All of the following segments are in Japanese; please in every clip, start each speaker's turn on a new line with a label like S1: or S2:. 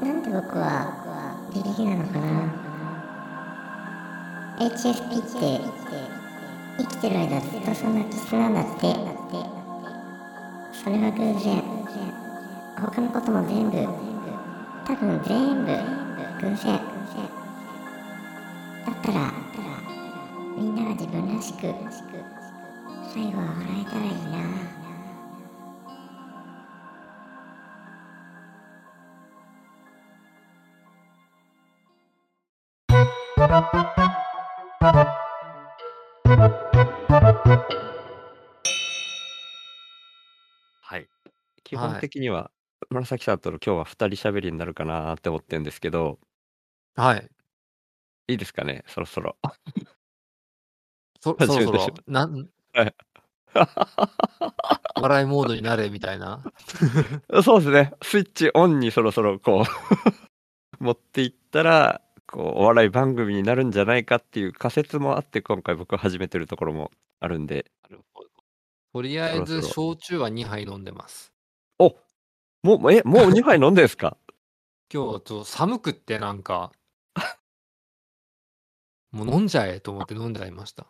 S1: なんで僕は自力なのかな HSP って生きてる間ずっとそんな気質なんだってそれは偶然他のことも全部多分全部偶然だったらみんなが自分らしく最後は笑えたらいいな
S2: はい。基本的には、紫さんとの今日は2人喋りになるかなって思ってるんですけど、
S3: はい。
S2: いいですかね、そろそろ。
S3: そそ
S2: 初
S3: ろ
S2: めて
S3: そろ
S2: 知った
S3: なん
S2: は
S3: 笑いモードになれみたいな。
S2: そうですね。スイッチオンにそろそろこう 持っていったら、こう、お笑い番組になるんじゃないかっていう仮説もあって、今回僕は始めてるところもあるんで、
S3: とりあえ
S2: そろ
S3: ず
S2: そろ
S3: 焼酎は2杯飲んでます。
S2: もう、え、もう2杯飲んでんすか
S3: 今日はちょっと寒くってなんか、 もう飲んじゃえと思って飲んじゃいました。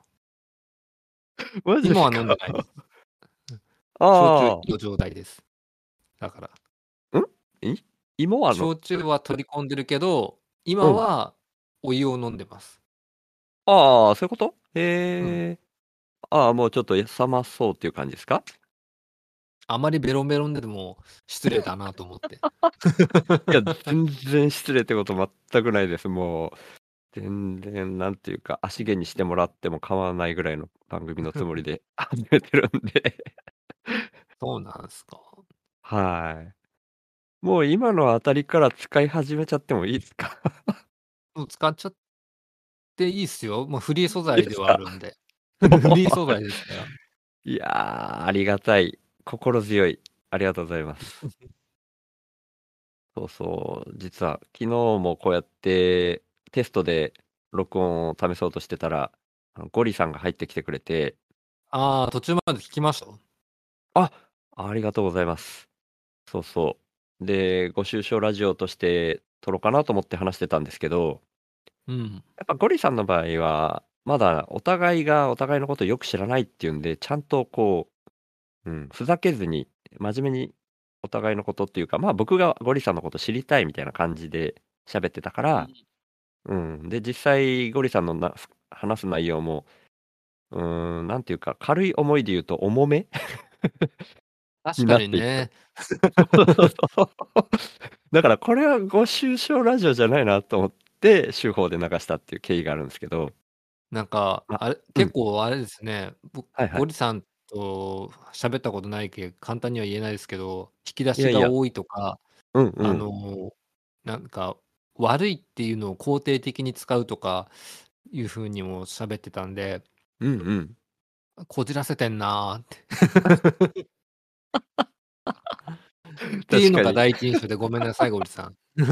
S2: マジです
S3: 今
S2: か
S3: は飲んでないです。
S2: ああ
S3: 焼、酎の状態です。だから、
S2: 芋はの、
S3: 焼酎は取り込んでるけど、今はお湯を飲んでます。
S2: ああ、そういうことへえ。ああ、もうちょっと冷まそうっていう感じですか
S3: あまりベロンベロンでも失礼だなと思 って。
S2: いや、全然失礼ってこと全くないです。もう、全然、なんていうか、足毛にしてもらっても構わないぐらいの番組のつもりで始めてるんで。
S3: そうなんですか。
S2: はい。もう今のあたりから使い始めちゃってもいいですか
S3: もう使っちゃっていいっすよ。もうフリー素
S2: いい
S3: 材
S2: です
S3: で
S2: か
S3: はあるんで。フリー素材ですから。
S2: いやー、ありがたい。心強い。ありがとうございます。そうそう。実は、昨日もこうやってテストで録音を試そうとしてたら、あのゴリさんが入ってきてくれて、
S3: ああ、途中まで聞きました。
S2: あ、ありがとうございます。そうそう。で、ご愁傷ラジオとして撮ろうかなと思って話してたんですけど、
S3: うん。
S2: やっぱゴリさんの場合は、まだお互いがお互いのことをよく知らないっていうんで、ちゃんとこう、うん、ふざけずに、真面目にお互いのことっていうか、まあ僕がゴリさんのこと知りたいみたいな感じで喋ってたから、うん。で、実際、ゴリさんのな話す内容も、うーん、なんていうか、軽い思いで言うと重め
S3: 確かにね。
S2: だからこれはご愁傷ラジオじゃないなと思って週報で流したっていう経緯があるんですけど
S3: なんか、
S2: あ
S3: あれ、結構あれですね。僕
S2: はいはい
S3: ゴリさんと喋ったことないけど、簡単には言えないですけど、引き出
S2: いや
S3: し
S2: いや
S3: が多いとか、
S2: うんうん
S3: あの、なんか、悪いっていうのを肯定的に使うとかいうふうにも喋ってたんで、
S2: うんうん
S3: こじらせてんなーって。
S2: っ
S3: っていうのが第一印象で、ごめんなさい、ゴリさん。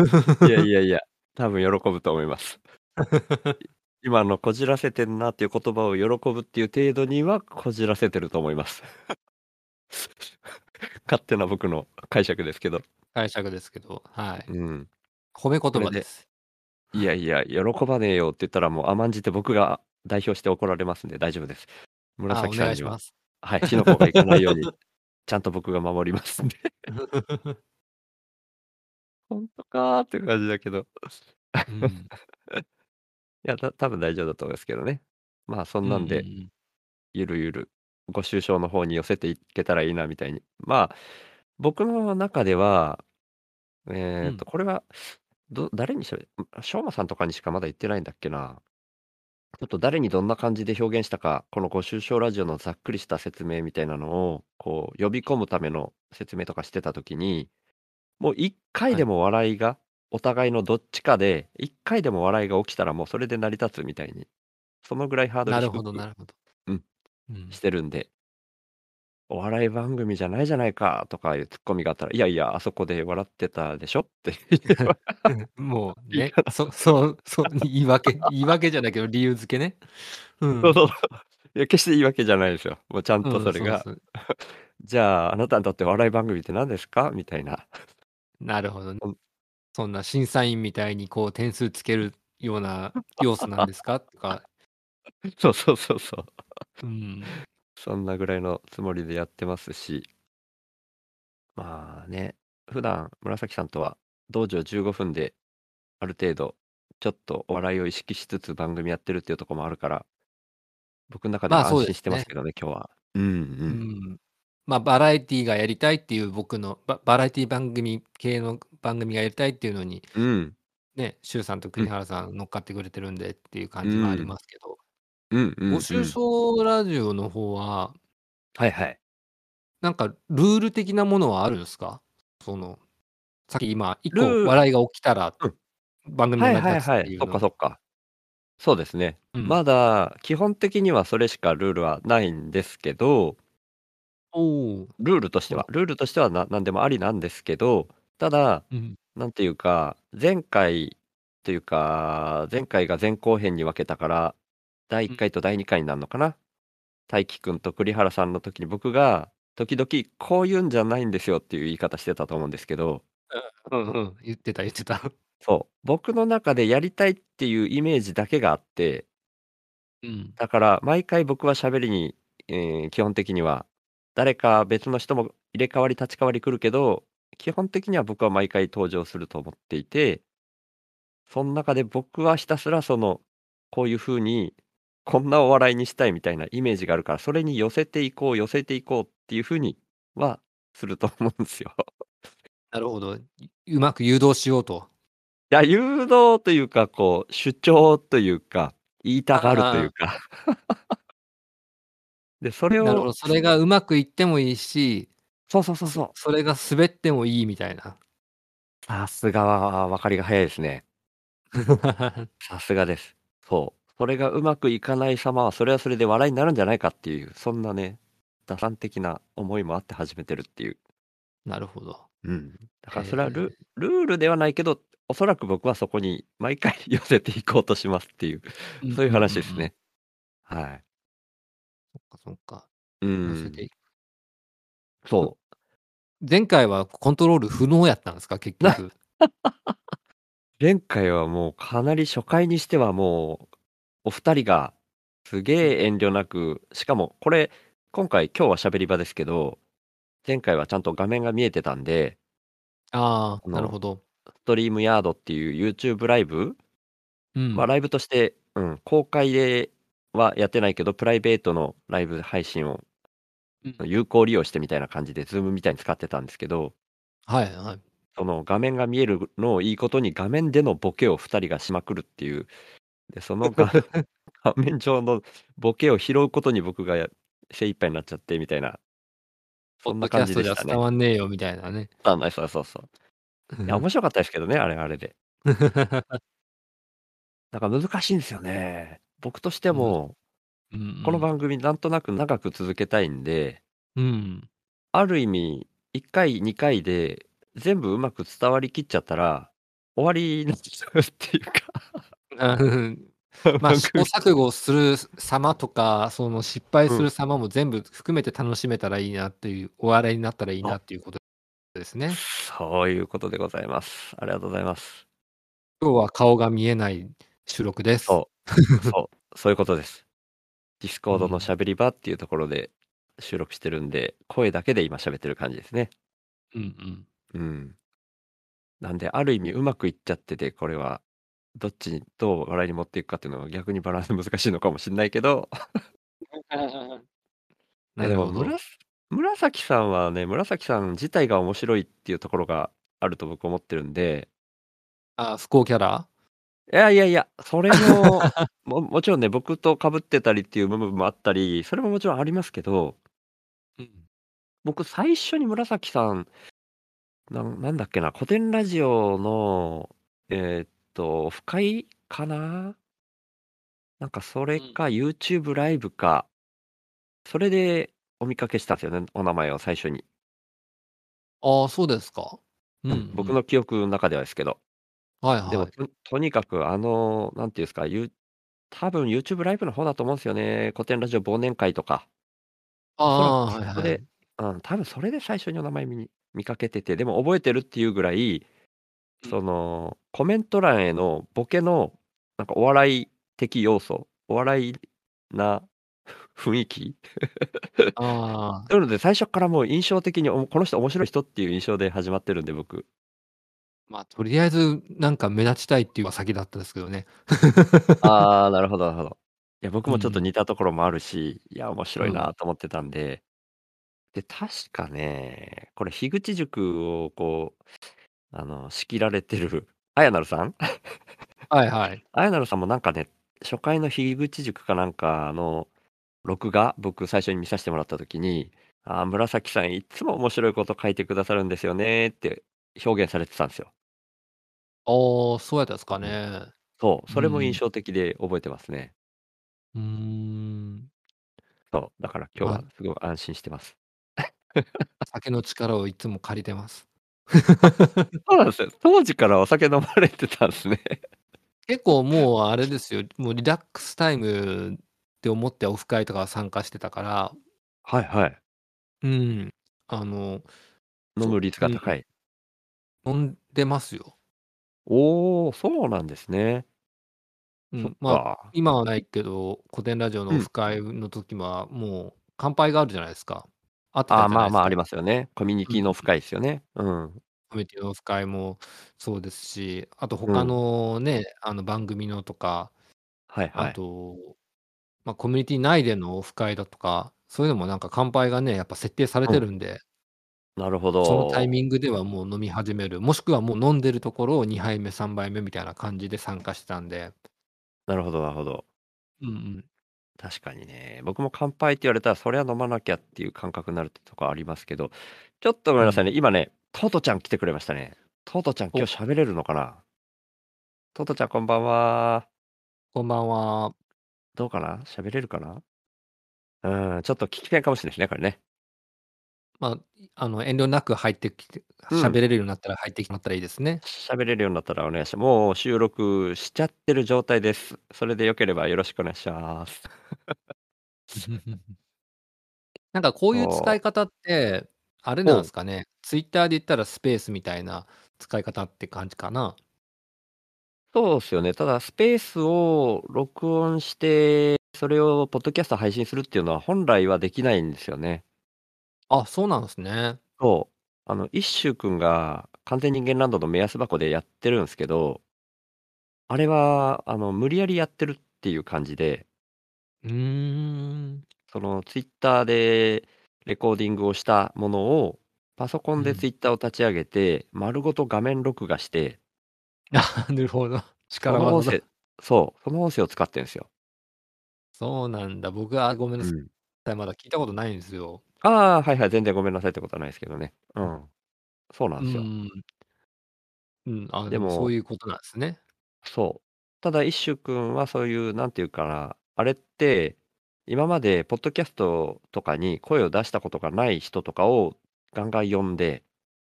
S2: いやいやいや多分喜ぶと思います 今のこじらせてんなっていう言葉を喜ぶっていう程度にはこじらせてると思います 勝手な僕の解釈ですけど、
S3: 解釈ですけど、はい。
S2: うん、
S3: 褒め言
S2: これ
S3: 葉
S2: で
S3: です。
S2: いやいや、喜ばねえよって言ったらもう甘んじて僕が代表して怒られますんで大丈夫です。
S3: あ、お
S2: 紫さ
S3: 願
S2: ん
S3: い
S2: に
S3: し
S2: は
S3: ま、す。
S2: はい、火の粉がいかないように、ちゃんと僕が守りますんで。 本当かーって感じだけど。い
S3: うん
S2: や、た多分大丈夫だと思いますけどね。まあ、そんなんで、ゆるゆる、ご愁傷の方に寄せていけたらいいなみたいに。まあ、僕の中では、えっ、と、これは、ど誰にしゃべ、しょうまさんとかにしかまだ言ってないんだっけな。ちょっと誰にどんな感じで表現したか、このご愁傷ラジオのざっくりした説明みたいなのを、こう、呼び込むための説明とかしてたときに、もう一回でも笑いが、お互いのどっちかで、一回でも笑いが起きたらもうそれで成り立つみたいに、そのぐらいハー
S3: うん
S2: ドル
S3: な
S2: 低
S3: る
S2: く
S3: ほど、なるほど。
S2: うん
S3: うん
S2: してるんで、お笑い番組じゃないじゃないかとかいうツッコミがあったら、いやいや、あそこで笑ってたでしょって 言えば
S3: もうね、そ、そう、そう、言い訳、言い訳じゃないけど、理由付けね。うん
S2: そうそうそういや、決して言い訳じゃないですよ。もうちゃんと
S3: うん
S2: それが、
S3: うそう
S2: じゃあ、あなたにとってお笑い番組って何ですかみたいな。
S3: なるほどね。そんな審査員みたいにこう点数つけるような要素なんですかとか、
S2: そうそうそうそう。
S3: うん、
S2: そんなぐらいのつもりでやってますし、まあね、普段紫さんとは道場15分である程度、ちょっとお笑いを意識しつつ番組やってるっていうところもあるから、僕の中では
S3: まあそう
S2: 安心
S3: です
S2: してますけどね、今日は。うんう。
S3: うんんまあ、バラエティがやりたいっていう僕のババラエティ番組系の番組がやりたいっていうのに
S2: うん。
S3: ね周さんと栗原さん乗っかってくれてるんでっていう感じもありますけど、
S2: うんうん、うん。
S3: ご愁傷ラジオの方は
S2: はいはい。
S3: なんかルール的なものはあるんですかそのさっき今一
S2: ルー
S3: 個
S2: ル
S3: 笑いが起きたら
S2: うん
S3: 番組
S2: は
S3: が
S2: い
S3: なく
S2: は
S3: ないっちゃ
S2: は
S3: うって
S2: い
S3: い。う
S2: そ
S3: の
S2: っかそっか。そうですね。
S3: うん
S2: まだ基本的にはそれしかルールはないんですけど、
S3: おー
S2: ルールとしては、ルールとしてはな何でもありなんですけど、ただ、
S3: うん
S2: なんていうか、前回というか、前回が前後編に分けたから、第1回と第2回になるのかな。大輝くんと栗原さんの時に僕が、時々こういうんじゃないんですよっていう言い方してたと思うんですけど、
S3: うんうん言ってた言ってた
S2: そう、僕の中でやりたいっていうイメージだけがあって、
S3: うん
S2: だから毎回僕は喋りに、えー基本的には誰か別の人も入れ替わり立ち替わり来るけど基本的には僕は毎回登場すると思っていてその中で僕はひたすらそのこういう風にこんなお笑いにしたいみたいなイメージがあるからそれに寄せていこう寄せていこうっていう風にはすると思うんですよ。
S3: なるほどいうまく誘導しようと
S2: いや誘導というかこう主張というか言いたがるというか。でそれ
S3: なるほ
S2: を
S3: ど。それがうまくいってもいいし、
S2: そうそうそうそう
S3: それが滑ってもいいみたいな。
S2: さすがは分かりが早いですね。さすがです。そう。それがうまくいかない様は、それはそれで笑いになるんじゃないかっていう、そんなね、打算的な思いもあって始めてるっていう。
S3: なるほど。
S2: うん。だからそれはル,、ルールではないけど、おそらく僕はそこに毎回寄せていこうとしますっていう、そういう話ですね。はい。
S3: うんうんうん。そ
S2: う
S3: っかそっか寄せて
S2: ん。
S3: いく
S2: そ
S3: 前回はコントロール不能やったんですか、結局。
S2: う。前回はもうかなり初回にしてはもう、お二人がすげえ遠慮なく、しかもこれ、今回今日は喋り場ですけど、前回はちゃんと画面が見えてたんで、
S3: ああ、
S2: の
S3: なるほど。
S2: ストリームヤードっていう YouTube ライブ、
S3: うん。
S2: まあライブとして、うん、公開ではやってないけど、プライベートのライブ配信を
S3: うん
S2: 有効利用してみたいな感じで、Zoom みたいに使ってたんですけど、
S3: はいはい。
S2: その画面が見えるのをいいことに画面でのボケを2人がしまくるっていう、でその画 画面上のボケを拾うことに僕がや精一杯になっちゃってみたいな、そ
S3: ポッ
S2: ん
S3: ド
S2: な
S3: キャ
S2: 感
S3: ス
S2: じ
S3: ト
S2: で
S3: じゃ
S2: したね
S3: 伝。わんねえよみたいなね。
S2: あないそうそうそう。いや、 面白かったですけどね、あれはあれで。だから難しいんですよね。僕としても、この
S3: 場
S2: 番組なんとなく長く続けたいんで、
S3: うん。
S2: ある意味1回2回で全部うまく伝わりきっちゃったら終わりになっちゃうっていう
S3: うん
S2: か
S3: まあ、
S2: 番
S3: 試行
S2: 組
S3: 錯誤する様とか、その失敗する様も全部含めて楽しめたらいいなっていう、お笑いになったらいいなっていうことですね。
S2: そういうことでございます。ありがとうございます。
S3: 今日は顔が見えない収録です。
S2: そうそうそういうことです。ディスコードのしゃべり場っていうところで収録してるんで、声だけで今喋ってる感じですね。
S3: うんうん。
S2: うん。なんで、ある意味うまくいっちゃってて、これは、どっちに、どう笑いに持っていくかっていうのは逆にバランス難しいのかもしれないけど、
S3: な
S2: で
S3: る
S2: も
S3: ほど。
S2: 紫、紫さんはね、紫さん自体が面白いっていうところがあると僕思ってるんで、
S3: あ、不幸キャラ
S2: いやいやいや、それ も、ももちろんね、僕と被ってたりっていう部分もあったり、それももちろんありますけど、
S3: うん。
S2: 僕最初に紫さんなんなんだっけな古典ラジオのえーっとオフ会かななんかそれか YouTube ライブかそれでお見かけしたんですよねお名前を最初に、
S3: ああ、そうですか。うん、うん。
S2: 僕。の記憶の中ではですけど
S3: はいはい。
S2: でもととにかくあのなんていうんですかゆ多分 YouTube ライブの方だと思うんですよね古典ラジオ忘年会とか
S3: ああー、
S2: おそらく
S3: は
S2: そ
S3: いは
S2: れ
S3: い。
S2: うん、多分それで最初にお名前見に見かけてて、でも覚えてるっていうぐらい、そのコメント欄へのボケのなんかお笑い的要素お笑いな雰囲気
S3: ああ、
S2: なので最初からもう印象的におこの人面白い人っていう印象で始まってるんで僕
S3: まあ、とりあえず、なんか目立ちたいっていうのが先だったんですけどね。
S2: ああなるほどなるほどいや僕もちょっと
S3: うん
S2: 似たところもあるし、いや面白い
S3: うん
S2: なと思ってたんでで確かねこれ樋口塾をこうあの仕切られてる 綾成さん
S3: はいはい。
S2: 綾成さんもなんかね、初回の樋口塾かなんかの録画、僕最初に見させてもらった時に、あー紫さんいつも面白いこと書いてくださるんですよねって表現されてたんですよ。
S3: ああ、そうやったですかね。
S2: そう、それも
S3: うん
S2: 印象的で覚えてますね。
S3: うーん。
S2: そう、だから今日
S3: まあ
S2: はすごい安心してます。
S3: 酒の力をいつも借りてます。
S2: そうなんですよ。当時からお酒飲まれてたんですね。
S3: 結構もうあれですよ、もうリラックスタイムって思ってオフ会とか参加してたから、
S2: はいはい。
S3: うん、あの、
S2: 飲む率が高い。
S3: 飲んでますよ。
S2: おー、そうなんですね。
S3: う
S2: そっ
S3: ん、まあ、
S2: か。
S3: 今はないけど、古典ラジオの
S2: う
S3: オ
S2: ん
S3: フ会の時は、もう乾杯があるじゃないですか。あって
S2: あ
S3: た
S2: ー
S3: じゃな
S2: ま
S3: い
S2: あ
S3: です
S2: ま
S3: か。
S2: あありますよね。コミュニティの深いですよね。うん。
S3: コミュニティのオフ会もそうですし、あと
S2: うん
S3: 他のね、あの番組のとか、
S2: はいは
S3: あ
S2: い。
S3: と、まあ、コミュニティ内でのオフ会だとか、そういうのもなんか乾杯がね、やっぱ設定されてるんで、
S2: なるほど。
S3: そのタイミングではもう飲み始める、もしくはもう飲んでるところを2杯目、3杯目みたいな感じで参加してたんで、
S2: なるほど、なるほど。
S3: うんうん、
S2: 確かにね。僕も乾杯って言われたら、そりゃ飲まなきゃっていう感覚になるとかありますけど、ちょっとごめんなさいね。今ね、トトちゃん来てくれましたね。トトちゃん、
S3: お
S2: 今日喋れるのかなトトちゃん、こんばんは。
S3: こんばんは。
S2: どうかな喋れるかなうん、ちょっと聞きたいかもしれないですね、これね。
S3: まあ、あの遠慮なく入ってきて、
S2: うん
S3: 喋れるようになったら入ってきてもらったらいいで すね。
S2: 喋れるようになったらお願いします。もう収録しちゃってる状態です。それでよければよろしくお願いします。
S3: なんかこういう
S2: そ
S3: 使
S2: う
S3: い方って、あれなんですかね、ツイッターで言ったらスペースみたいな使い方って感じかな。
S2: そうですよね。ただ、スペースを録音して、それをポッドキャスト配信するっていうのは本来はできないんですよね。
S3: あ、そうなんですね。
S2: そう。あの、一周くんが完全人間ランドの目安箱でやってるんですけど、あれは、あの、無理やりやってるっていう感じで、
S3: うーん。
S2: その、ツイッターでレコーディングをしたものを、パソコンで
S3: うん
S2: ツイッターを立ち上げて、丸ごと画面録画して、
S3: あな るほど。
S2: そ
S3: 力
S2: の音
S3: 技だ
S2: 声。、そう、その音声を使ってるんですよ。
S3: そうなんだ。僕はごめんなさ
S2: うん
S3: い。まだ聞いたことないんですよ。
S2: ああ、はいはい、全然ごめんなさいってことはないですけどね。うん。そうな
S3: うん
S2: ですよ。
S3: ん。うん。あ、
S2: で
S3: で
S2: も
S3: もそういうことなんですね。
S2: そう。ただ、一周くんはそういう、なんていうかな、あれって、今まで、ポッドキャストとかに声を出したことがない人とかをガンガン呼んで、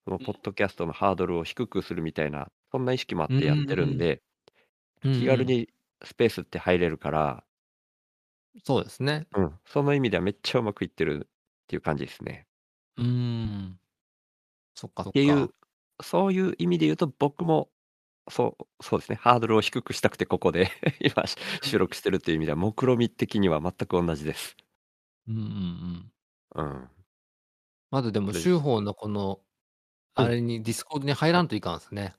S2: そのポッドキャストのハードルを低くするみたいな、そんな意識もあってやってるんで、気軽
S3: うん
S2: にスペースって入れるから、
S3: うん。そうですね。
S2: うん、その意味ではめっちゃうまくいってるっていう感じですね。
S3: うん。そっかそっか。
S2: っていう、そういう意味で言うと、僕も、そう、そうですね、ハードルを低くしたくて、ここで 今、収録してるという意味では、目論見的には全く同じです。
S3: うんうんうん。
S2: うん。
S3: まだでも、
S2: で
S3: 州法のこ
S2: う
S3: の、
S2: ん
S3: あれに、ディスコードに入らんといかんですね。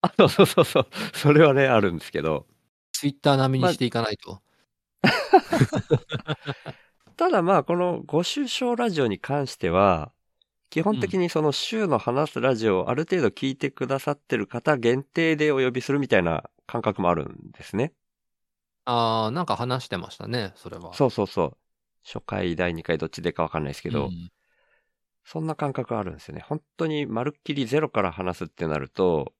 S2: あ、そうそうそうそう、それはね、あるんですけど、
S3: ツイッター並みにしていかないと。
S2: ただまあ、このご愁傷ラジオに関しては、基本的
S3: う
S2: にその週の話すラジオをある程度聞いてくださってる方限定でお呼びするみたいな感覚もあるんですね。
S3: ああ、なんか話してましたね、それは。
S2: そうそうそう。初回、第2回、どっちでかわかんないですけど、
S3: うん
S2: そんな感覚あるんですよね。本当にまるっきりゼロから話すってなると、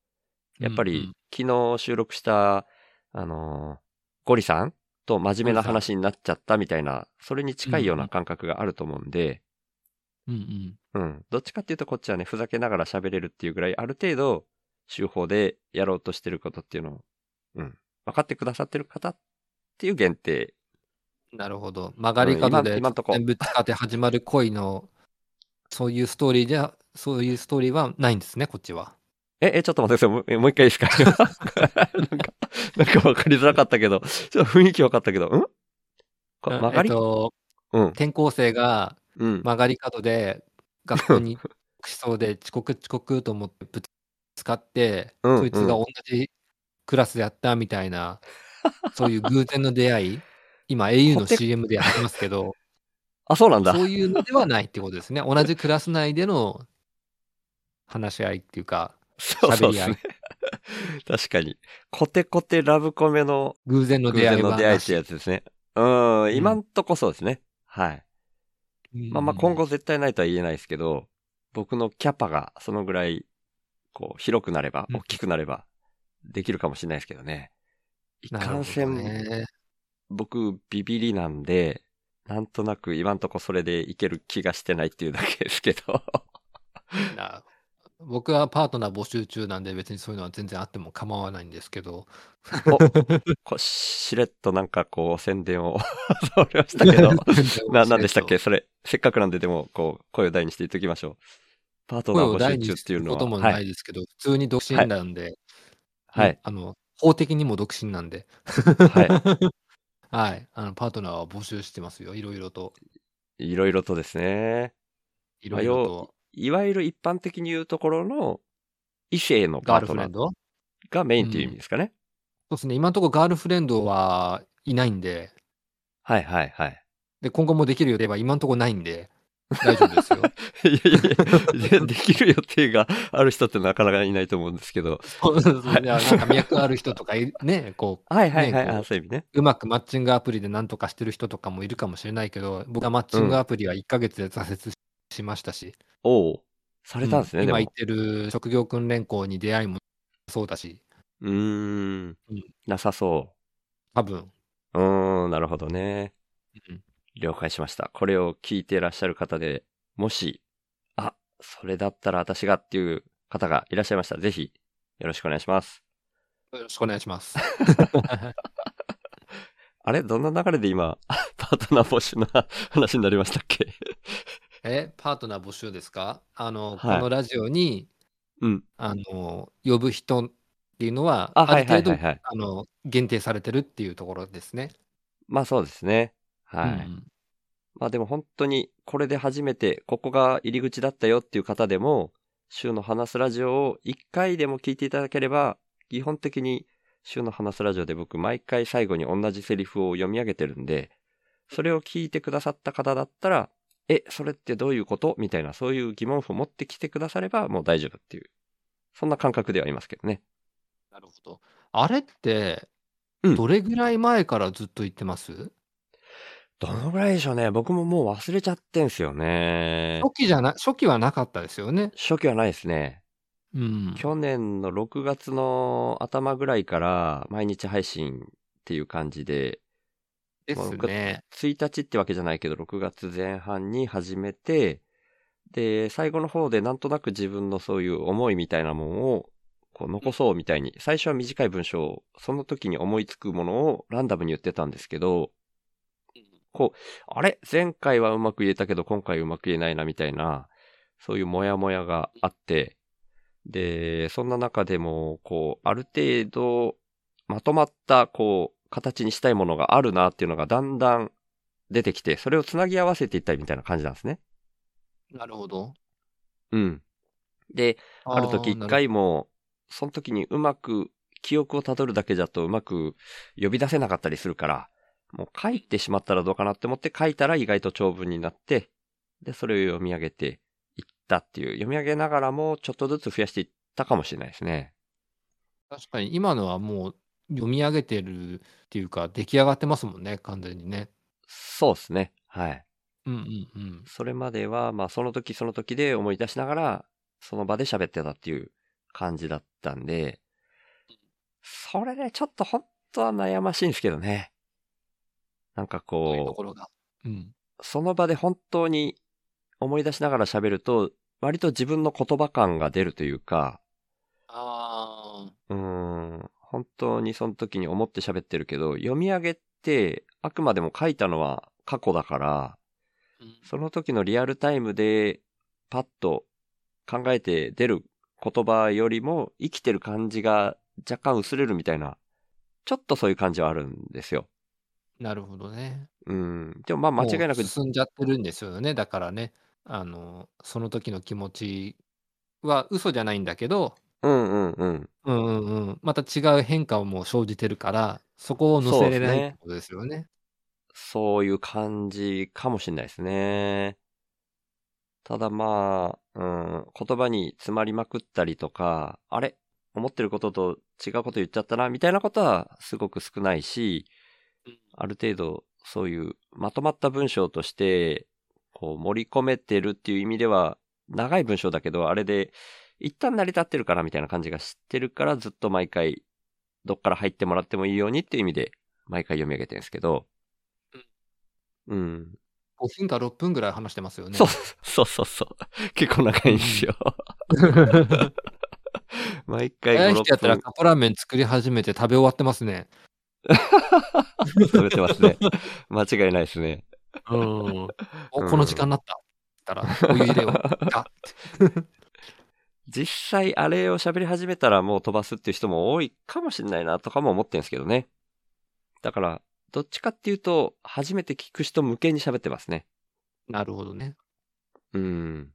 S2: やっぱ
S3: うんう
S2: り
S3: ん
S2: 昨日収録した、あのーゴリさんと真面目な話になっちゃったみたいな、それに近いような感覚があると思うんで、
S3: うんうん。
S2: うん。どっちかっていうとこっちはね、ふざけながら喋れるっていうぐらい、ある程度、手法でやろうとしてることっていうのを、うん。分かってくださってる方っていう限定。
S3: なるほど。曲が
S2: う
S3: り
S2: ん今
S3: 角
S2: ん
S3: で
S2: 今んとこ
S3: 全部使って始まる恋の、そういうストーリーじゃ、そういうストーリーはないんですね、こっちは。
S2: え、え、ちょっと待ってください。もうえもう一回いいですか なんか、なんか分かりづらかったけど、ちょっと雰囲気分かったけど、んこ曲がり、
S3: えっと、
S2: うん。
S3: 転校生が
S2: うん。
S3: 曲がり角で学校に遅刻しそう で遅刻遅刻と思ってぶつかって、
S2: うん
S3: そいつが同じクラスでやったみた いな、そういう偶然の出会い、今 au の
S2: こて
S3: CM でやってます けど、
S2: あ、そうなんだ。
S3: そういうのではないってことですね。同じクラス内での話し合いっていうか、
S2: そうそう
S3: 喋り
S2: で
S3: 合
S2: す
S3: い
S2: ね。確かに。コテコテラブコメの
S3: 偶然の
S2: 偶
S3: 出会
S2: 然
S3: い
S2: の
S3: は
S2: 出会いってやつですね。うん、今んとこそうですね。はい。まあまあ今後絶対ないとは言えないですけど、僕のキャパがそのぐらい、こう、広くなれば、
S3: うん
S2: 大きくなれば、できるかもしれないですけどね。い
S3: なるほ
S2: かんせ
S3: ど
S2: ん、
S3: ね。
S2: 僕、ビビりなんで、なんとなく今んとこそれでいける気がしてないっていうだけですけ ど。
S3: な僕はパートナー募集中なんで別にそういうのは全然あっても構わないんですけど、
S2: おこうしれっとなんかこう、宣伝を 触りました けど。な、なんでしたっけそれ、せっかくなんででも、こう、声を大にして言っときましょう。パートナ
S3: 声
S2: ー
S3: を
S2: 募
S3: 大
S2: 集
S3: に
S2: 中っていうの
S3: こ
S2: は。
S3: とも
S2: は
S3: ない
S2: い。
S3: ですけど、普通に独身なんで、
S2: はい。
S3: あの、法的にも独身なんで、
S2: は
S3: はい、あのパートナーは募集してますよ、いろいろと。
S2: い。いろいろとですね。
S3: いろいろと。
S2: いわゆる一般的に言うところの、異性のパ
S3: ガー
S2: ー
S3: ル
S2: ト
S3: フ
S2: ナ
S3: レン
S2: ー
S3: ドそ
S2: がメインっていう意味ですかね。
S3: うですね、今のところガールフレンドはいないんで、
S2: はいはいはい。
S3: で今後もできる予定は今のところないんで、大丈 夫ですよ。
S2: いやいやいや、できる予定がある人ってなかなかいないと思うんですけど。
S3: そうそうそういやなんか脈ある人とかい、ね、こう、
S2: はいはいはい。
S3: ねこう
S2: あそういう意味ね。
S3: うまくマッチングアプリで何とかしてる人とかもいるかもしれないけど、僕はマッチングアプリは1ヶ月で挫折しましたし、
S2: おおされたんですね、
S3: うん
S2: でも
S3: 今言っ。てる職業訓練校に出会いもそうだし、
S2: うーん
S3: うん。
S2: なさそ
S3: 多分、
S2: う。うーん、なるほどね。
S3: うん
S2: 了解しました。これを聞いていらっしゃる方で、もし、あ、それだったら私がっていう方がいらっしゃいましたら、ぜひ、よろしくお願いします。
S3: よろしくお願い します。
S2: あれどんな流れで今、 パートナー募集の話になりましたっけ
S3: え、パートナー募集ですかあの、
S2: はい
S3: このラジオに、
S2: うん。
S3: あの、呼ぶ人っていうのは、
S2: あ、
S3: あ
S2: は
S3: る
S2: いは
S3: 程
S2: い
S3: 度、
S2: はいはい。
S3: あの、限定されてるっていうところですね。
S2: まあそうですね。はい。
S3: うん
S2: まあでも本当に、これで初めて、ここが入り口だったよっていう方でも、週の話すラジオを1回でも聞いていただければ、基本的に週の話すラジオで僕毎回最後に同じセリフを読み上げてるんで、それを聞いてくださった方だったら、え、それってどういうことみたいな、そういう疑問符を持ってきてくださればもう大丈夫っていう。そんな感覚ではありますけどね。
S3: なるほど。あれって、
S2: うん
S3: どれぐらい前からずっと言ってます、
S2: どのぐらいでしょうね。僕ももう忘れちゃってんすよね。
S3: 初期じゃな、初期はなかったですよね。
S2: 初期はないですね。
S3: うん。
S2: 去年の6月の頭ぐらいから毎日配信っていう感じで、
S3: ですね。
S2: 1日ってわけじゃないけど、6月前半に始めて、で、最後の方でなんとなく自分のそういう思いみたいなものを、こう残そうみたいに、最初は短い文章を、その時に思いつくものをランダムに言ってたんですけど、こう、あれ前回はうまく言えたけど、今回うまく言えないなみたいな、そういうモヤモヤがあって、で、そんな中でも、こう、ある程度、まとまった、こう、形にしたいものがあるなっていうのがだんだん出てきて、それをつなぎ合わせていったりみたいな感じなんですね。
S3: なるほど。
S2: うん。で、ある時
S3: ー
S2: 一
S3: なる
S2: 回も、その時にうまく、記憶をたどるだけだとうまく呼び出せなかったりするから、もう書いてしまったらどうかなって思って書いたら意外と長文になって、で、それを読み上げていったっていう、読み上げながらもちょっとずつ増やしていったかもしれないですね。
S3: 確かに今のはもう読み上げてるっていうか、出来上がってますもんね、完全にね。
S2: そうですね。はい。
S3: うんうんうん。
S2: それまでは、まあその時その時で思い出しながら、その場で喋ってたっていう感じだったんで、それね、ちょっと本当は悩ましいんですけどね。なんか
S3: そういうと
S2: こ
S3: ころが。うん。
S2: う、その場で本当に思い出しながら喋ると、割と自分の言葉感が出るというか、
S3: ああ。
S2: うーん、本当にその時に思って喋ってるけど、読み上げって、あくまでも書いたのは過去だから、その時のリアルタイムでパッと考えて出る言葉よりも生きてる感じが若干薄れるみたいな、ちょっとそういう感じはあるんですよ。
S3: なるほどね。
S2: うん。でもまあ間違いな
S3: も
S2: く
S3: う、進んじゃってるんですよね。だからね、あの、その時の気持ちは嘘じゃないんだけど、
S2: うんうんうん。
S3: うんうんうん、また違う変化をもう生じてるから、そこを乗せれない
S2: そうです
S3: っ
S2: ね
S3: てことですよね。
S2: そういう感じかもしれないですね。ただまあ、うん、言葉に詰まりまくったりとか、あれ思ってることと違うこと言っちゃったな、みたいなことはすごく少ないし
S3: うん、
S2: ある程度そういうまとまった文章として、こう盛り込めてるっていう意味では、長い文章だけど、あれで一旦成り立ってるからみたいな感じがしてるから、ずっと毎回どっから入ってもらってもいいようにっていう意味で、毎回読み上げてるんですけど、うん。
S3: 5分か6分ぐらい話してますよね。
S2: そう、そうそうそう。結構長いんですよ。毎 回
S3: 早い
S2: 5、
S3: 人やったら
S2: 6
S3: カップラーメン作り始めて食べ終わってますね。
S2: 分食べてますね。間違いないですね。
S3: うん。お、この時間になった。って言ったら、お湯入 れを。ガ
S2: 実際あれを喋り始めたらもう飛ばすっていう人も多いかもしれないなとかも思ってるんですけどね。だから、どっちかっていうと、初めて聞く人向けに喋ってますね。
S3: なるほどね。
S2: うん。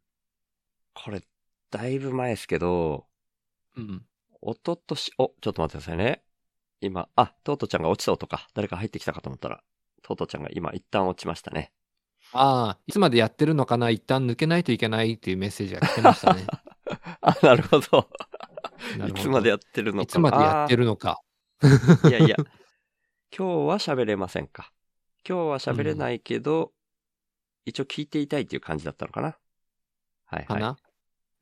S2: これ、だいぶ前ですけど、
S3: うん。
S2: おととし、お、ちょっと待ってくださいね。今、あ、トートちゃんが落ちた音か。誰か入ってきたかと思ったら、トートちゃんが今一旦落ちましたね。
S3: ああ、いつまでやってるのかな一旦抜けないといけないっていうメッセージが来てま したね。
S2: あ、なるほど。
S3: な
S2: い
S3: るほど
S2: つまでやってるのか。
S3: いつまでやってるのか。
S2: あーいやいや。今日は喋れませんか。今日は喋れないけど、一応聞いていたいっていう感じだったのかな。はい
S3: か
S2: はい。
S3: な、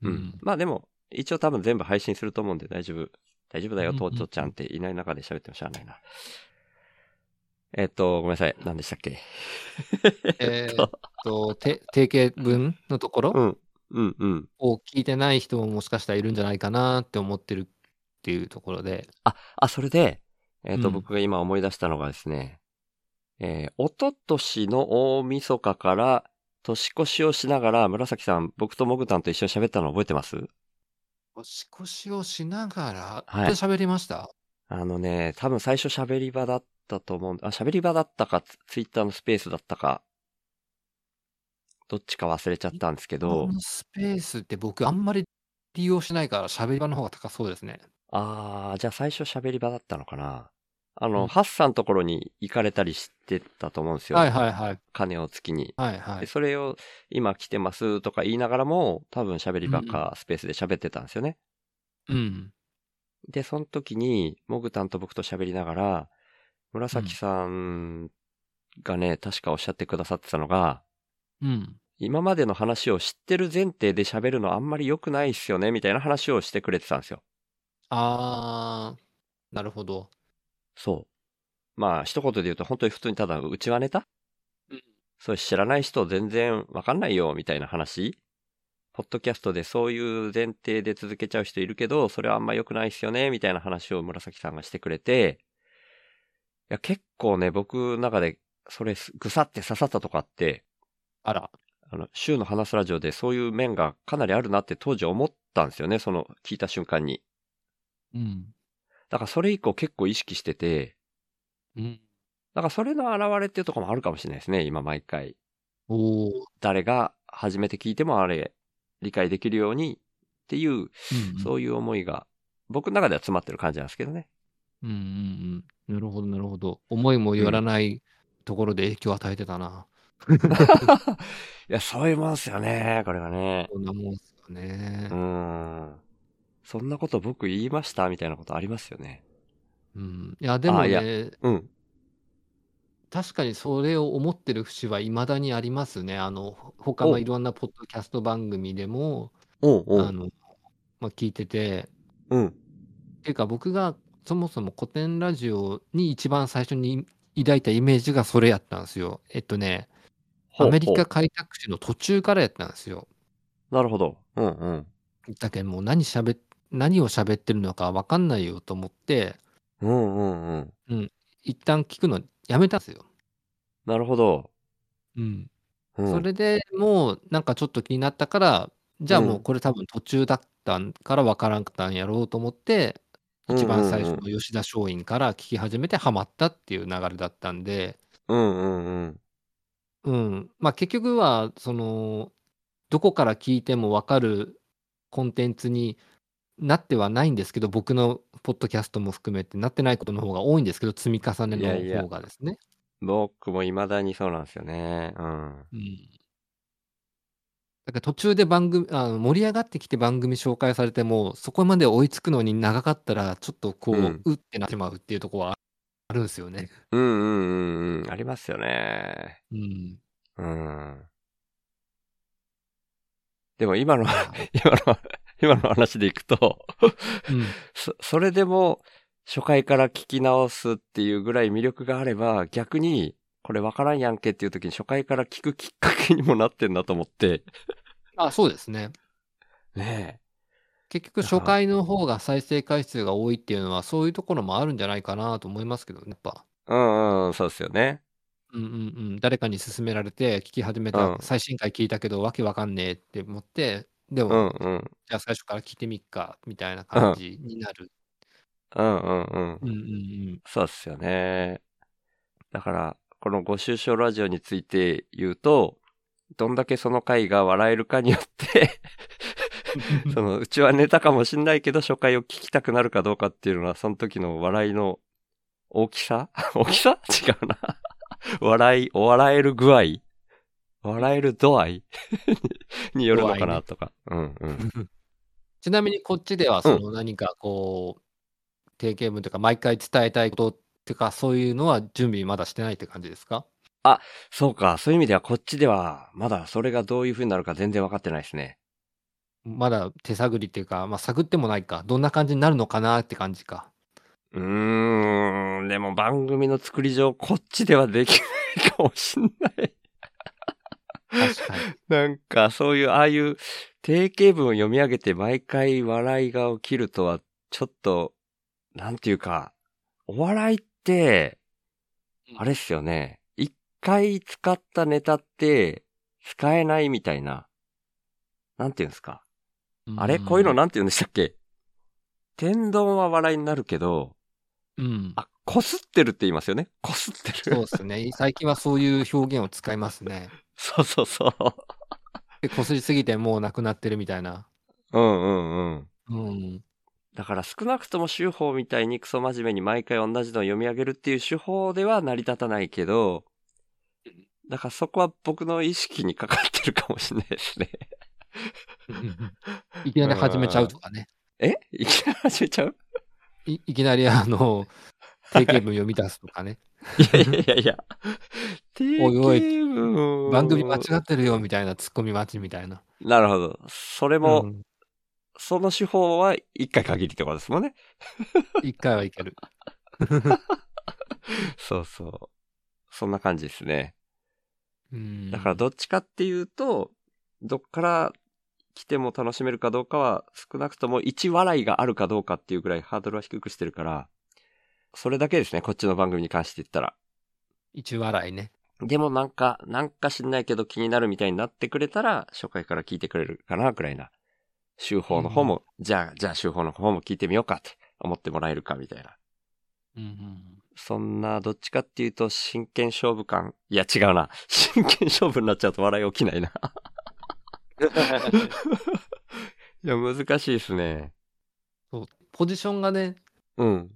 S2: うん。まあでも、一応多分全部配信すると思うんで大丈夫。大丈夫だよ、
S3: うんうんう
S2: トー
S3: ん
S2: トちゃんっていない中で喋ってもしゃあないな。えっと、ごめんなさい。何でしたっけ
S3: えーっと、て定型文のところ
S2: うん。うんうん。
S3: を聞いてない人ももしかしたらいるんじゃないかなって思ってるっていうところで。
S2: あ、それで、えっ、と、
S3: うん
S2: 僕が今思い出したのがですね、えー、おととしの大晦日から年越しをしながら、紫さん、僕とモグタンと一緒に喋ったの覚えてます
S3: 年越しをしながら、
S2: はい
S3: 喋りました
S2: あのね、多分最初喋り場だったと思うん、あ、喋り場だったか、ツツイッターのスペースだったか、どっちか忘れちゃったんですけど
S3: こ、のスペースって僕あんまり利用しないから喋り場の方が高そうですね。
S2: あー、じゃあ最初喋り場だったのかな。あの、
S3: うん
S2: ハッサンのところに行かれたりしてたと思うんですよ。
S3: はいはいはい。
S2: 金をつきに。
S3: はいは
S2: で
S3: い。
S2: それを今来てますとか言いながらも、多分喋りばっかスペースで喋ってたんですよね。
S3: うん。
S2: で、その時に、モグタンと僕と喋りながら、紫さんがね、確かおっしゃってくださってたのが、
S3: うん。
S2: 今までの話を知ってる前提で喋るのあんまり良くないっすよね、みたいな話をしてくれてたんですよ。
S3: あー、なるほど。
S2: そう。まあ、一言で言うと本当に普通にただ、うちはネタ
S3: うん
S2: それ知らない人全然わかんないよ、みたいな話ポッドキャストでそういう前提で続けちゃう人いるけど、それはあんま良くないっすよね、みたいな話を紫さんがしてくれて、いや、結構ね、僕の中で、それす、ぐさって刺さったとかって、
S3: あら。
S2: あの、週の話すラジオでそういう面がかなりあるなって当時思ったんですよね、その、聞いた瞬間に。
S3: うん。
S2: だからそれ以降結構意識してて、
S3: うん。
S2: だからそれの表れっていうところもあるかもしれないですね、今毎回。
S3: おー。
S2: 誰が初めて聞いてもあれ、理解できるようにっていう、
S3: うん
S2: そういう思いが、僕の中では詰まってる感じなんですけどね。
S3: うんうんうん。なるほど、なるほど。思いもよらないところで影響を与えてたな。
S2: いや、そういうもんですよね、これはね。
S3: こんなもんっすよね
S2: う。ーん。そんなこと僕言いましたみたいなことありますよね。
S3: うん。いや、でも
S2: あいや
S3: ね、
S2: うん。
S3: 確かにそれを思ってる節はいまだにありますね。あの、ほ他
S2: お
S3: のいろんなポッドキャスト番組でも、
S2: おうお
S3: あ
S2: う。
S3: の、まあ、聞いてて、
S2: うん。
S3: っていうか僕がそもそも古典ラジオに一番最初に抱いたイメージがそれやったんですよ。えっとね、アメリ
S2: ほう
S3: カ開拓史の途中からやったんですよ。
S2: ほうなるほど。うんうん。
S3: だけどもう何しゃべ何を喋ってるのか分かんないよと思って
S2: うんうんうん。
S3: 一旦聞くのやめたんですよ。
S2: なるほど。
S3: うん、
S2: うん、
S3: それでもうなんかちょっと気になったからじゃあもうこれ多分途中だったんからわからんくたんやろうと思って、一番最初の吉田松陰から聞き始めてハマったっていう流れだったんで、
S2: うんうんうん。
S3: うん。まあ結局は、その、どこから聞いてもわかるコンテンツになってはないんですけど、僕のポッドキャストも含めてなってないことの方が多いんですけど、積み重ね
S2: いやいや
S3: の方がですね。
S2: 僕も未だにそうなんですよね。うん。
S3: うん。だから途中で番組、あの盛り上がってきて番組紹介されても、そこまで追いつくのに長かったら、ちょっとこう、
S2: う
S3: うんってなってしまうっていうところはあるんですよね。
S2: うんうんうんうん。ありますよね。
S3: うん。
S2: うん。でも今の、 今の、今の話でいくと、
S3: うん
S2: そ、それでも初回から聞き直すっていうぐらい魅力があれば、逆に、これわからんやんけっていう時に初回から聞くきっかけにもなってんなと思って。
S3: あ、そうですね。
S2: ね
S3: 結局、初回の方が再生回数が多いっていうのは、そういうところもあるんじゃないかなと思いますけどね、やっぱ。
S2: え。うんうん、そうですよね。
S3: うんうんうん、誰かに勧められて、聞き始めた、
S2: うん
S3: 最新回聞いたけど、わけわかんねえって思って、で
S2: うん
S3: も、
S2: うん。
S3: じゃあ最初から聞いてみっか、みたいな感じになる。
S2: うんうんうん
S3: う。んうんうん。
S2: そうっすよね。だから、このご愁傷ラジオについて言うと、どんだけその回が笑えるかによって、その、うちはネタかもしんないけど、初回を聞きたくなるかどうかっていうのは、その時の笑いの大きさ 大きさ違うな。笑い、笑える具合笑える度合い によるのかなとか。うんうん。
S3: ちなみにこっちではその何かこう、定型文とか毎回伝えたいことってかそういうのは準備まだしてないって感じですか
S2: そうか、そういう意味ではこっちでは、まだそれがどういう風になるか全然わかってないですね。
S3: まだ手探りっていうか、まあ、探ってもないかどんな感じになるのかなって感じか
S2: うーん、でも番組の作り上、こっちではできないかもしんない。
S3: 確かに
S2: なんか、そういう、ああいう定型文を読み上げて毎回笑いが起きるとは、ちょっと、なんていうか、お笑いって、あれっすよね。一回使ったネタって、使えないみたいな。なんていうんですか。あれこういうのなんて言うんでしたっけ天丼は笑いになるけど、
S3: うん
S2: あ、こすってるって言いますよね。こすってる。
S3: そうですね最近はそういう表現を使いますね
S2: そう そうそう。
S3: でこすりすぎてもうなくなってるみたいな
S2: うんうんうん。
S3: うん
S2: だから少なくとも手法みたいにクソ真面目に毎回同じのを読み上げるっていう手法では成り立たないけど、だからそこは僕の意識にかかってるかもしれないですね。
S3: いきなり始めちゃうとかね
S2: えいきなり始めちゃう
S3: いいきなりあの定型文読み出すとかね
S2: いやいやいやいや。
S3: おいおい
S2: 定型文
S3: 番組間違ってるよみたいなツッコミ待ちみたいな
S2: なるほど。それも、
S3: うん
S2: その手法は一回限りってことですもんね。
S3: 一回はいける。
S2: そうそう。そんな感じですね。
S3: うん
S2: だからどっちかっていうと、どっから来ても楽しめるかどうかは、少なくとも1笑いがあるかどうかっていうぐらいハードルは低くしてるから、それだけですね、こっちの番組に関して言ったら。
S3: 一笑いね。
S2: でもなんか、なんか知んないけど気になるみたいになってくれたら、初回から聞いてくれるかな、ぐらいな。週報の方も、じゃあ、じゃあ週報の方も聞いてみようかって思ってもらえるか、みたいな。
S3: うん
S2: そんな、どっちかっていうと、真剣勝負感。いや、違うな。 真剣勝負になっちゃうと笑い起き ないな。いや、難しいですね。
S3: そうポジションがね、
S2: うん。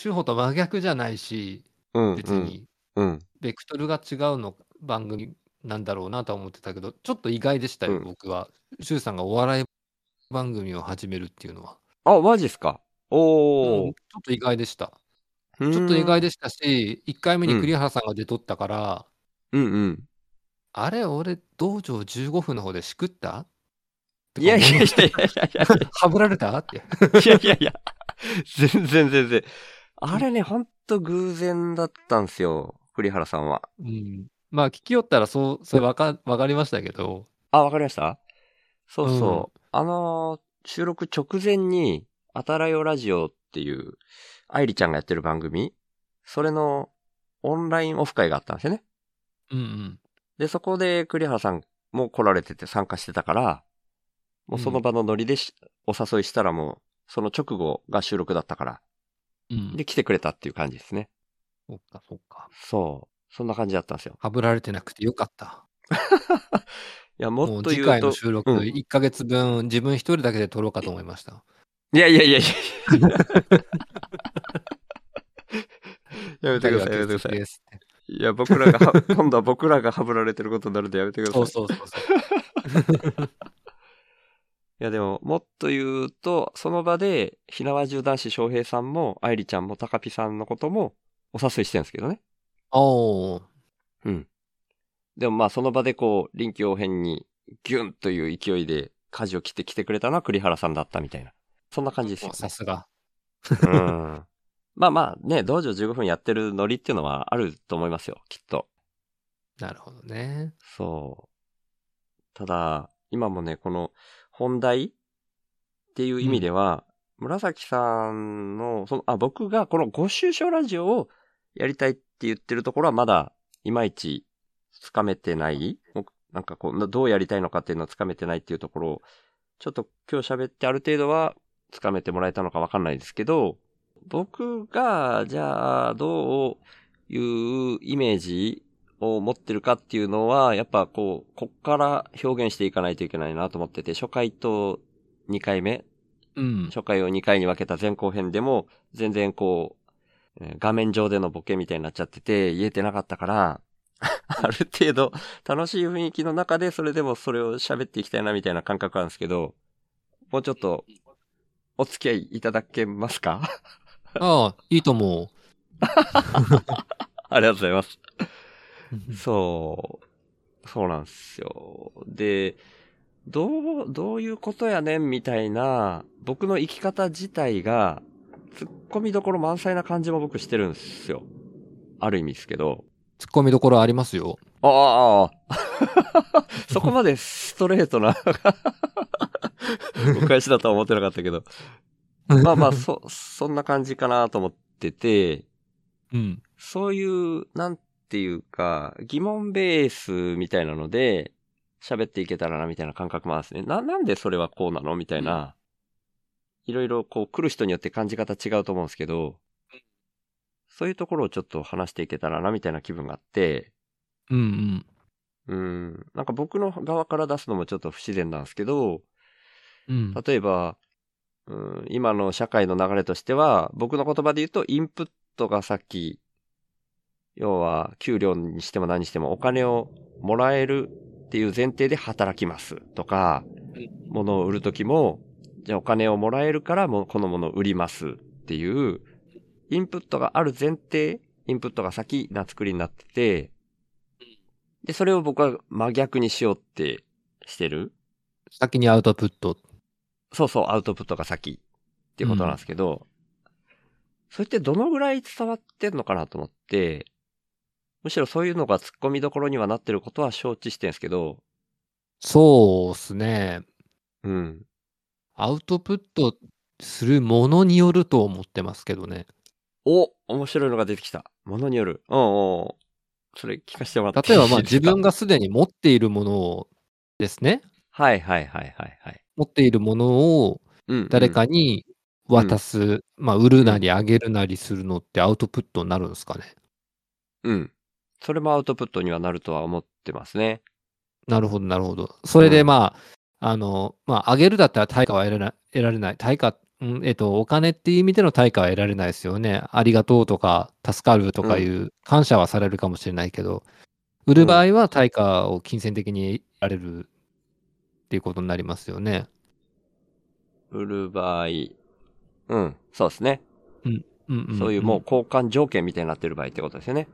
S3: 手法と真逆じゃないし、
S2: うん。
S3: 別に
S2: うん。
S3: ベクトルが違うの番組なんだろうなとは思ってたけど、ちょっと意外でしたよ、
S2: うん
S3: 僕は。シュウさんがお笑い番組を始めるっていうのは。
S2: あ、マジっすかお
S3: う
S2: ー
S3: ん。ちょっと意外でした。
S2: ち
S3: ちょっと意外
S2: で。
S3: でしたし、1回目に栗原さんが出とったから、
S2: うんうん。
S3: あれ、俺、道場15分の方でしくった
S2: いやいやいやいやいやいや。
S3: はぶられたって。
S2: いやいやいや、 全然全然。あれね、ほんと偶然だったんすよ、栗原さんは。
S3: うんまあ聞きよったらそう、それわかわかりましたけど、
S2: あ、わかりましたそうそう。あのー収録直前に、あたらよラジオっていう、愛理ちゃんがやってる番組、それのオンラインオフ会があったんですよね。
S3: うんうん。
S2: で、そこで栗原さんも来られてて参加してたから、もうその場のノリでしお誘いしたらもう、その直後が収録だったから、
S3: うん
S2: で、来てくれたっていう感じですね。
S3: そっか、そっか。
S2: そう。そんな感じだったんですよ。
S3: はぶられてなくてよかった。
S2: いや、も
S3: も
S2: っ
S3: う
S2: と言
S3: 次
S2: う
S3: 回
S2: と
S3: の、収録、
S2: うん
S3: 1ヶ月分、自分一人だけで撮ろうかと思いました。
S2: いやいやいやいや。 やめてください、やめてください。
S3: ですって
S2: いや、僕らが は、今度は僕らがハブられてることになるんでやめてください。
S3: そうそうそうそう。
S2: いや、でも、もっと言うと、その場で、ひなわじゅう男子翔平さんも、愛理ちゃんも、たかぴさんのことも、お誘いしてるんですけどね。
S3: おー
S2: うん。でもまあ、その場でこう、臨機応変に、ギュンという勢いで、舵を切って来てくれたのは栗原さんだったみたいな。そんな感じですよ
S3: もう。さすが。
S2: うん。まあまあ、ね、道場15分やってるノリっていうのはあると思いますよ、きっと。
S3: なるほどね。
S2: そう。ただ、今もね、この本題っていう意味では、紫さんの、その、あ、僕がこのご愁傷ラジオをやりたいって言ってるところはまだ、いまいちつかめてないもうなんかこう、などうやりたいのかっていうのをつかめてないっていうところを、ちょっと今日喋ってある程度はつかめてもらえたのかわかんないですけど、僕が、じゃあ、どういうイメージを持ってるかっていうのは、やっぱこう、こっから表現していかないといけないなと思ってて、初回と2回目、
S3: うん。
S2: 初回を2回に分けた前後編でも、全然こう、えー画面上でのボケみたいになっちゃってて、言えてなかった から、ある程度楽しい雰囲気の中で、それでもそれを喋っていきたいなみたいな感覚なんですけど、もうちょっとお付き合いいただけますか
S3: ああ、いいと思
S2: ありがとうございます。
S3: う。
S2: そう。そうなんですよ。で、どう、どういうことやねんみたいな、僕の生き方自体が、突っ込みどころ満載な感じも僕してるんですよ。ある意味ですけど。
S3: ツッコミどころありますよ。
S2: ああああ、 そこまでストレート なお返しだとは思ってなかったけど。まあまあ、そ、そんな感じかなと思ってて、
S3: うん。
S2: そういう、なんていうか、疑問ベースみたいなので、喋っていけたらな、みたいな感覚もあるんですね。な、なんでそれはこうなのみたいな。いろいろ、こう、来る人によって感じ方違うと思うんですけど、そういうところをちょっと話していけたらな、みたいな気分があって、
S3: うんう
S2: う
S3: ん。
S2: ん、なんか僕の側から出すのもちょっと不自然なんですけど、
S3: うん。
S2: 例えば、うん、今の社会の流れとしては、僕の言葉で言うと、インプットがさっき、要は、給料にしても何にしてもお金をもらえるっていう前提で働きますとか、物を売るときも、じゃあお金をもらえるからもうこの物を売りますっていう、インプットがある前提、インプットが先な作りになってて、で、それを僕は真逆にしようってしてる。
S3: 先にアウトプット。
S2: そうそう、アウトプットが先っていうことなんですけど、それってどのぐらい伝わってんのかなと思って、むしろそういうのが突っ込みどころにはなってることは承知してんすけど、
S3: そうっすね。
S2: うん。
S3: アウトプットするものによると思ってますけどね。
S2: お面白いのが出てきた。ものによる。うんうん。それ聞かせてもらって
S3: 例えばま あ
S2: いいです
S3: 自
S2: か
S3: 分。がすでに持っているものをですね。
S2: はいはいはいはいはい。
S3: 持っているものを
S2: うん、うん
S3: 誰かに渡す、まあ売るなりあげるなりするのってアウトプットになるんですかね。
S2: うん。それもアウトプットにはなるとは思ってますね。
S3: なるほど、なるほど。それ
S2: う
S3: で
S2: ん
S3: まあ、あの、まあ、あげるだったら対価は得られない、得られない。対価、うん、えっと、お金っていう意味での対価は得られないですよね。ありがとうとか、助かるとかいう、感謝はされるかもしれないけど、売る場合は対価を金銭的に得られるっていうことになりますよね。
S2: 売る場合。うん。そうですね。
S3: うんんん
S2: そういうもう、交換条件みたいになってる場合ってことですよね。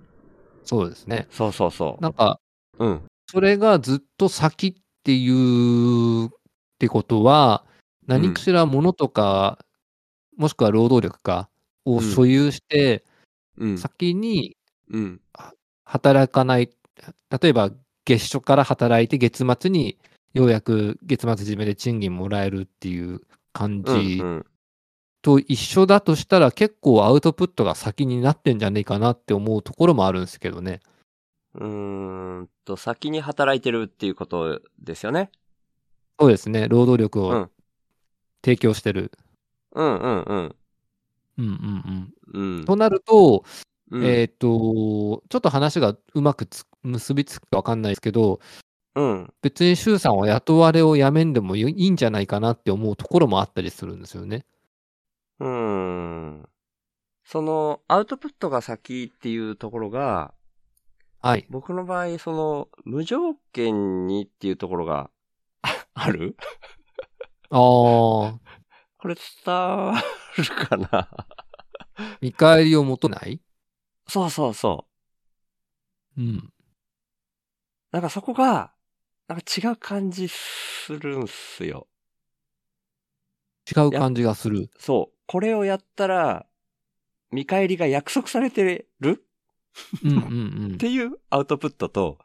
S3: そうですね。
S2: そうそうそ
S3: なんか、
S2: う。うん。
S3: それがずっと先っていうってことは、何かしら物とか、もしくは労働力か
S2: う
S3: を
S2: ん
S3: 所有して、
S2: うん。
S3: 先に
S2: うん。
S3: 働かない、例えば月初から働いて、月末にようやく月末自分で賃金もらえるっていう感じ
S2: うん
S3: と一緒だとしたら、結構アウトプットが先になってんじゃねえかなって思うところもあるんですけどね。
S2: うん、うーんと、先に働いてるっていうことですよね。
S3: そうですね。労働力
S2: う
S3: を
S2: ん
S3: 提供してる。
S2: うんうんうん。
S3: うんうんうん。
S2: うん。
S3: となると、
S2: うん
S3: えっ、と、ちょっと話がうまくつ結びつくかわかんないですけど、
S2: うん。
S3: 別に周さんは雇われをやめんでもいいんじゃないかなって思うところもあったりするんですよね。
S2: うん。その、アウトプットが先っていうところが、
S3: はい。
S2: 僕の場合、その、無条件にっていうところが、 あある
S3: ああ、
S2: これ伝わるかな
S3: 見返りを求めない
S2: そうそうそ
S3: うん。
S2: う。なんかそこが、なんか違う感じするんすよ。
S3: 違う感じがする。
S2: そう。これをやったら、見返りが約束されてる
S3: うんうん
S2: っていうアウトプットと、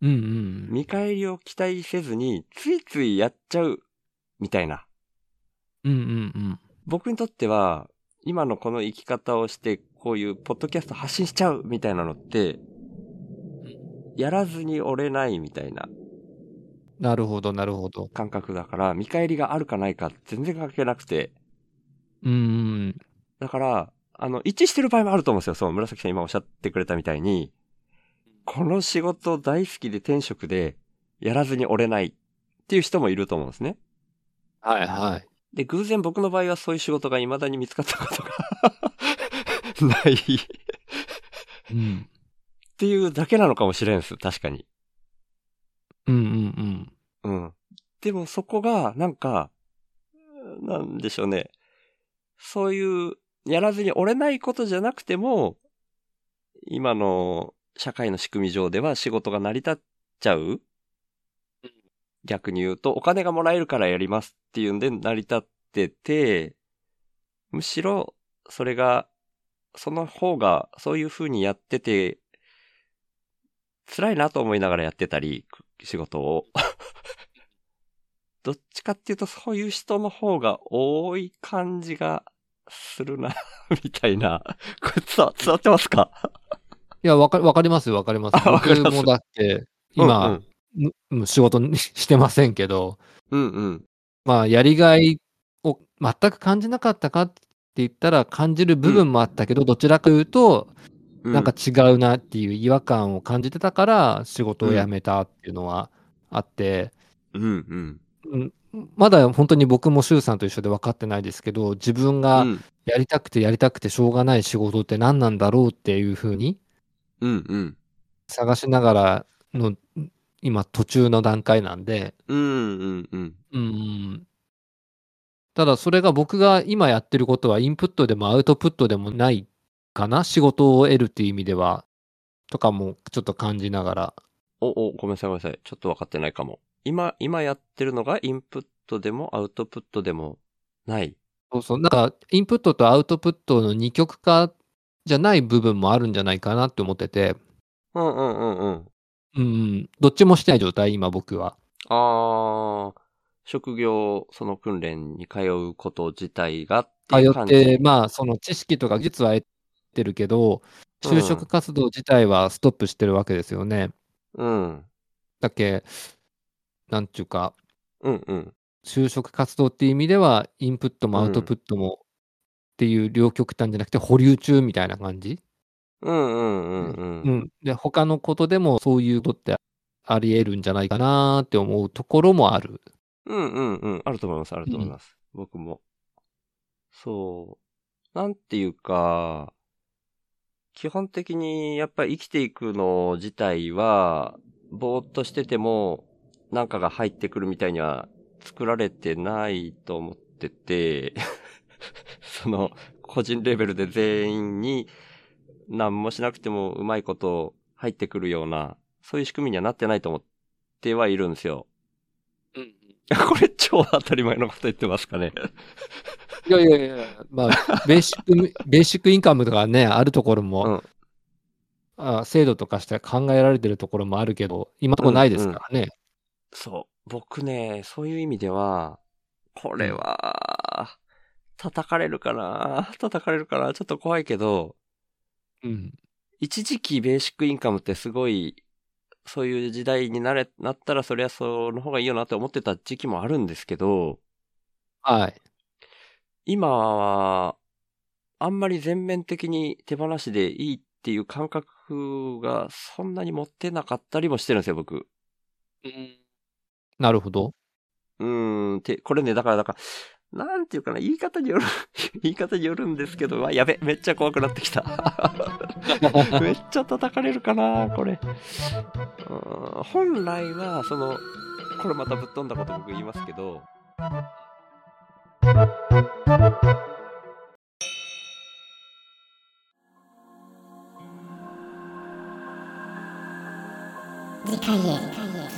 S3: うん。うんうんうん。
S2: 見返りを期待せずに、ついついやっちゃう、みたいな。
S3: うんうんうん。
S2: 僕にとっては、今のこの生き方をして、こういうポッドキャスト発信しちゃうみたいなのって、やらずに折れないみたいな
S3: なるほど、なるほど。
S2: 感覚だから、見返りがあるかないか全然関係なくて。
S3: うんうん。
S2: だから、あの、一致してる場合もあると思うんですよ。そう、紫さん今おっしゃってくれたみたいに、この仕事大好きで転職で、やらずに折れないっていう人もいると思うんですね。
S3: はいはい。
S2: で、偶然僕の場合はそういう仕事が未だに見つかったことが ないっ
S3: うん。
S2: ていうだけなのかもしれんす。確かに。
S3: うんうん
S2: うん。でもそこが、なんか、なんでしょうね。そういう、やらずに折れないことじゃなくても、今の社会の仕組み上では仕事が成り立っちゃう逆に言うと、お金がもらえるからやりますっていうんで成り立ってて、むしろ、それが、その方が、そういう風にやってて、辛いなと思いながらやってたり、仕事を。どっちかっていうと、そういう人の方が多い感じがするな、 みたいな。これ伝わ伝わってますか
S3: いや、わかわかりますよ、わかります。
S2: あわかり
S3: 僕
S2: ます
S3: もだって、今、
S2: うん
S3: むもう仕事にしてませんけど、
S2: うん、うんうん。
S3: まあ、やりがいを全く感じなかったかって言ったら、感じる部分もあったけど、どちらかというと、
S2: う
S3: なんか、違うなっていう違和感を感じてたから、仕事を辞めたっていうのはあって、
S2: うんうん。
S3: うんまだ本当に僕も周さんと一緒で分かってないですけど、自分
S2: う
S3: が
S2: ん
S3: やりたくてやりたくてしょうがない仕事って何なんだろうっていうふうに
S2: うんうん。
S3: 探しながらの今途中の段階なんで、
S2: うんうんうん。
S3: うん、ただそれが僕が今やってることはインプットでもアウトプットでもないかな仕事を得るっていう意味ではとかもちょっと感じながら
S2: お、お、ごめんなさいごめんなさい。ちょっと分かってないかも。今、今やってるのがインプットでもアウトプットでもない。
S3: そうそうなんかインプットとアウトプットの二極化じゃない部分もあるんじゃないかなって思ってて、
S2: うんうんうんうん。
S3: うんうん、どっちもしてない状態今僕は。
S2: あー、職業、その訓練に通うこと自体がってい
S3: 通
S2: う
S3: っ
S2: 感じ。
S3: て、まあ、その知識とか技術は得てるけど、就
S2: う
S3: 職
S2: ん
S3: 活動自体はストップしてるわけですよね。
S2: うん。
S3: だけ、なんちゅうか、
S2: うんうん。
S3: 就職活動っていう意味では、インプットも
S2: うん
S3: アウトプットもっていう両極端じゃなくて、保留中みたいな感じ。
S2: うんうんうん
S3: う
S2: うん。
S3: ん。で、他のことでもそういうことってあり得るんじゃないかなって思うところもある。
S2: うんうんうん。あると思います、あると思います。僕も。そう。なんていうか、基本的にやっぱり生きていくの自体は、ぼーっとしてても、なんかが入ってくるみたいには作られてないと思ってて、 その、個人レベルで全員に何もしなくてもうまいこと入ってくるような、そういう仕組みにはなってないと思ってはいるんですよ。い やこれ超当たり前のこと言ってますかね。
S3: いやいやいや、 まあ、ベーシック、ベーシックインカムとかね、あるところも、あ制度とかして考えられてるところもあるけど、今のところないですからね。
S2: そう。僕ね、そういう意味では、これは、叩かれるかな叩かれるかなちょっと怖いけど、
S3: うん。
S2: 一時期ベーシックインカムってすごい、そういう時代になれ、なったら、そりゃその方がいいよなって思ってた時期もあるんですけど、
S3: はい。
S2: 今は、あんまり全面的に手放しでいいっていう感覚がそんなに持ってなかったりもしてるんですよ、僕。
S3: なるほど。
S2: うーん、て、これね、だから、だから、なんていうかな、言い方による、 言い方によるんですけど、あ、やべ、めっちゃ怖くなってきた。めっちゃ叩かれるかな、これ。うーん本来は、その、これまたぶっ飛んだこと僕言いますけど、
S1: 次回へ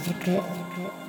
S1: 続く。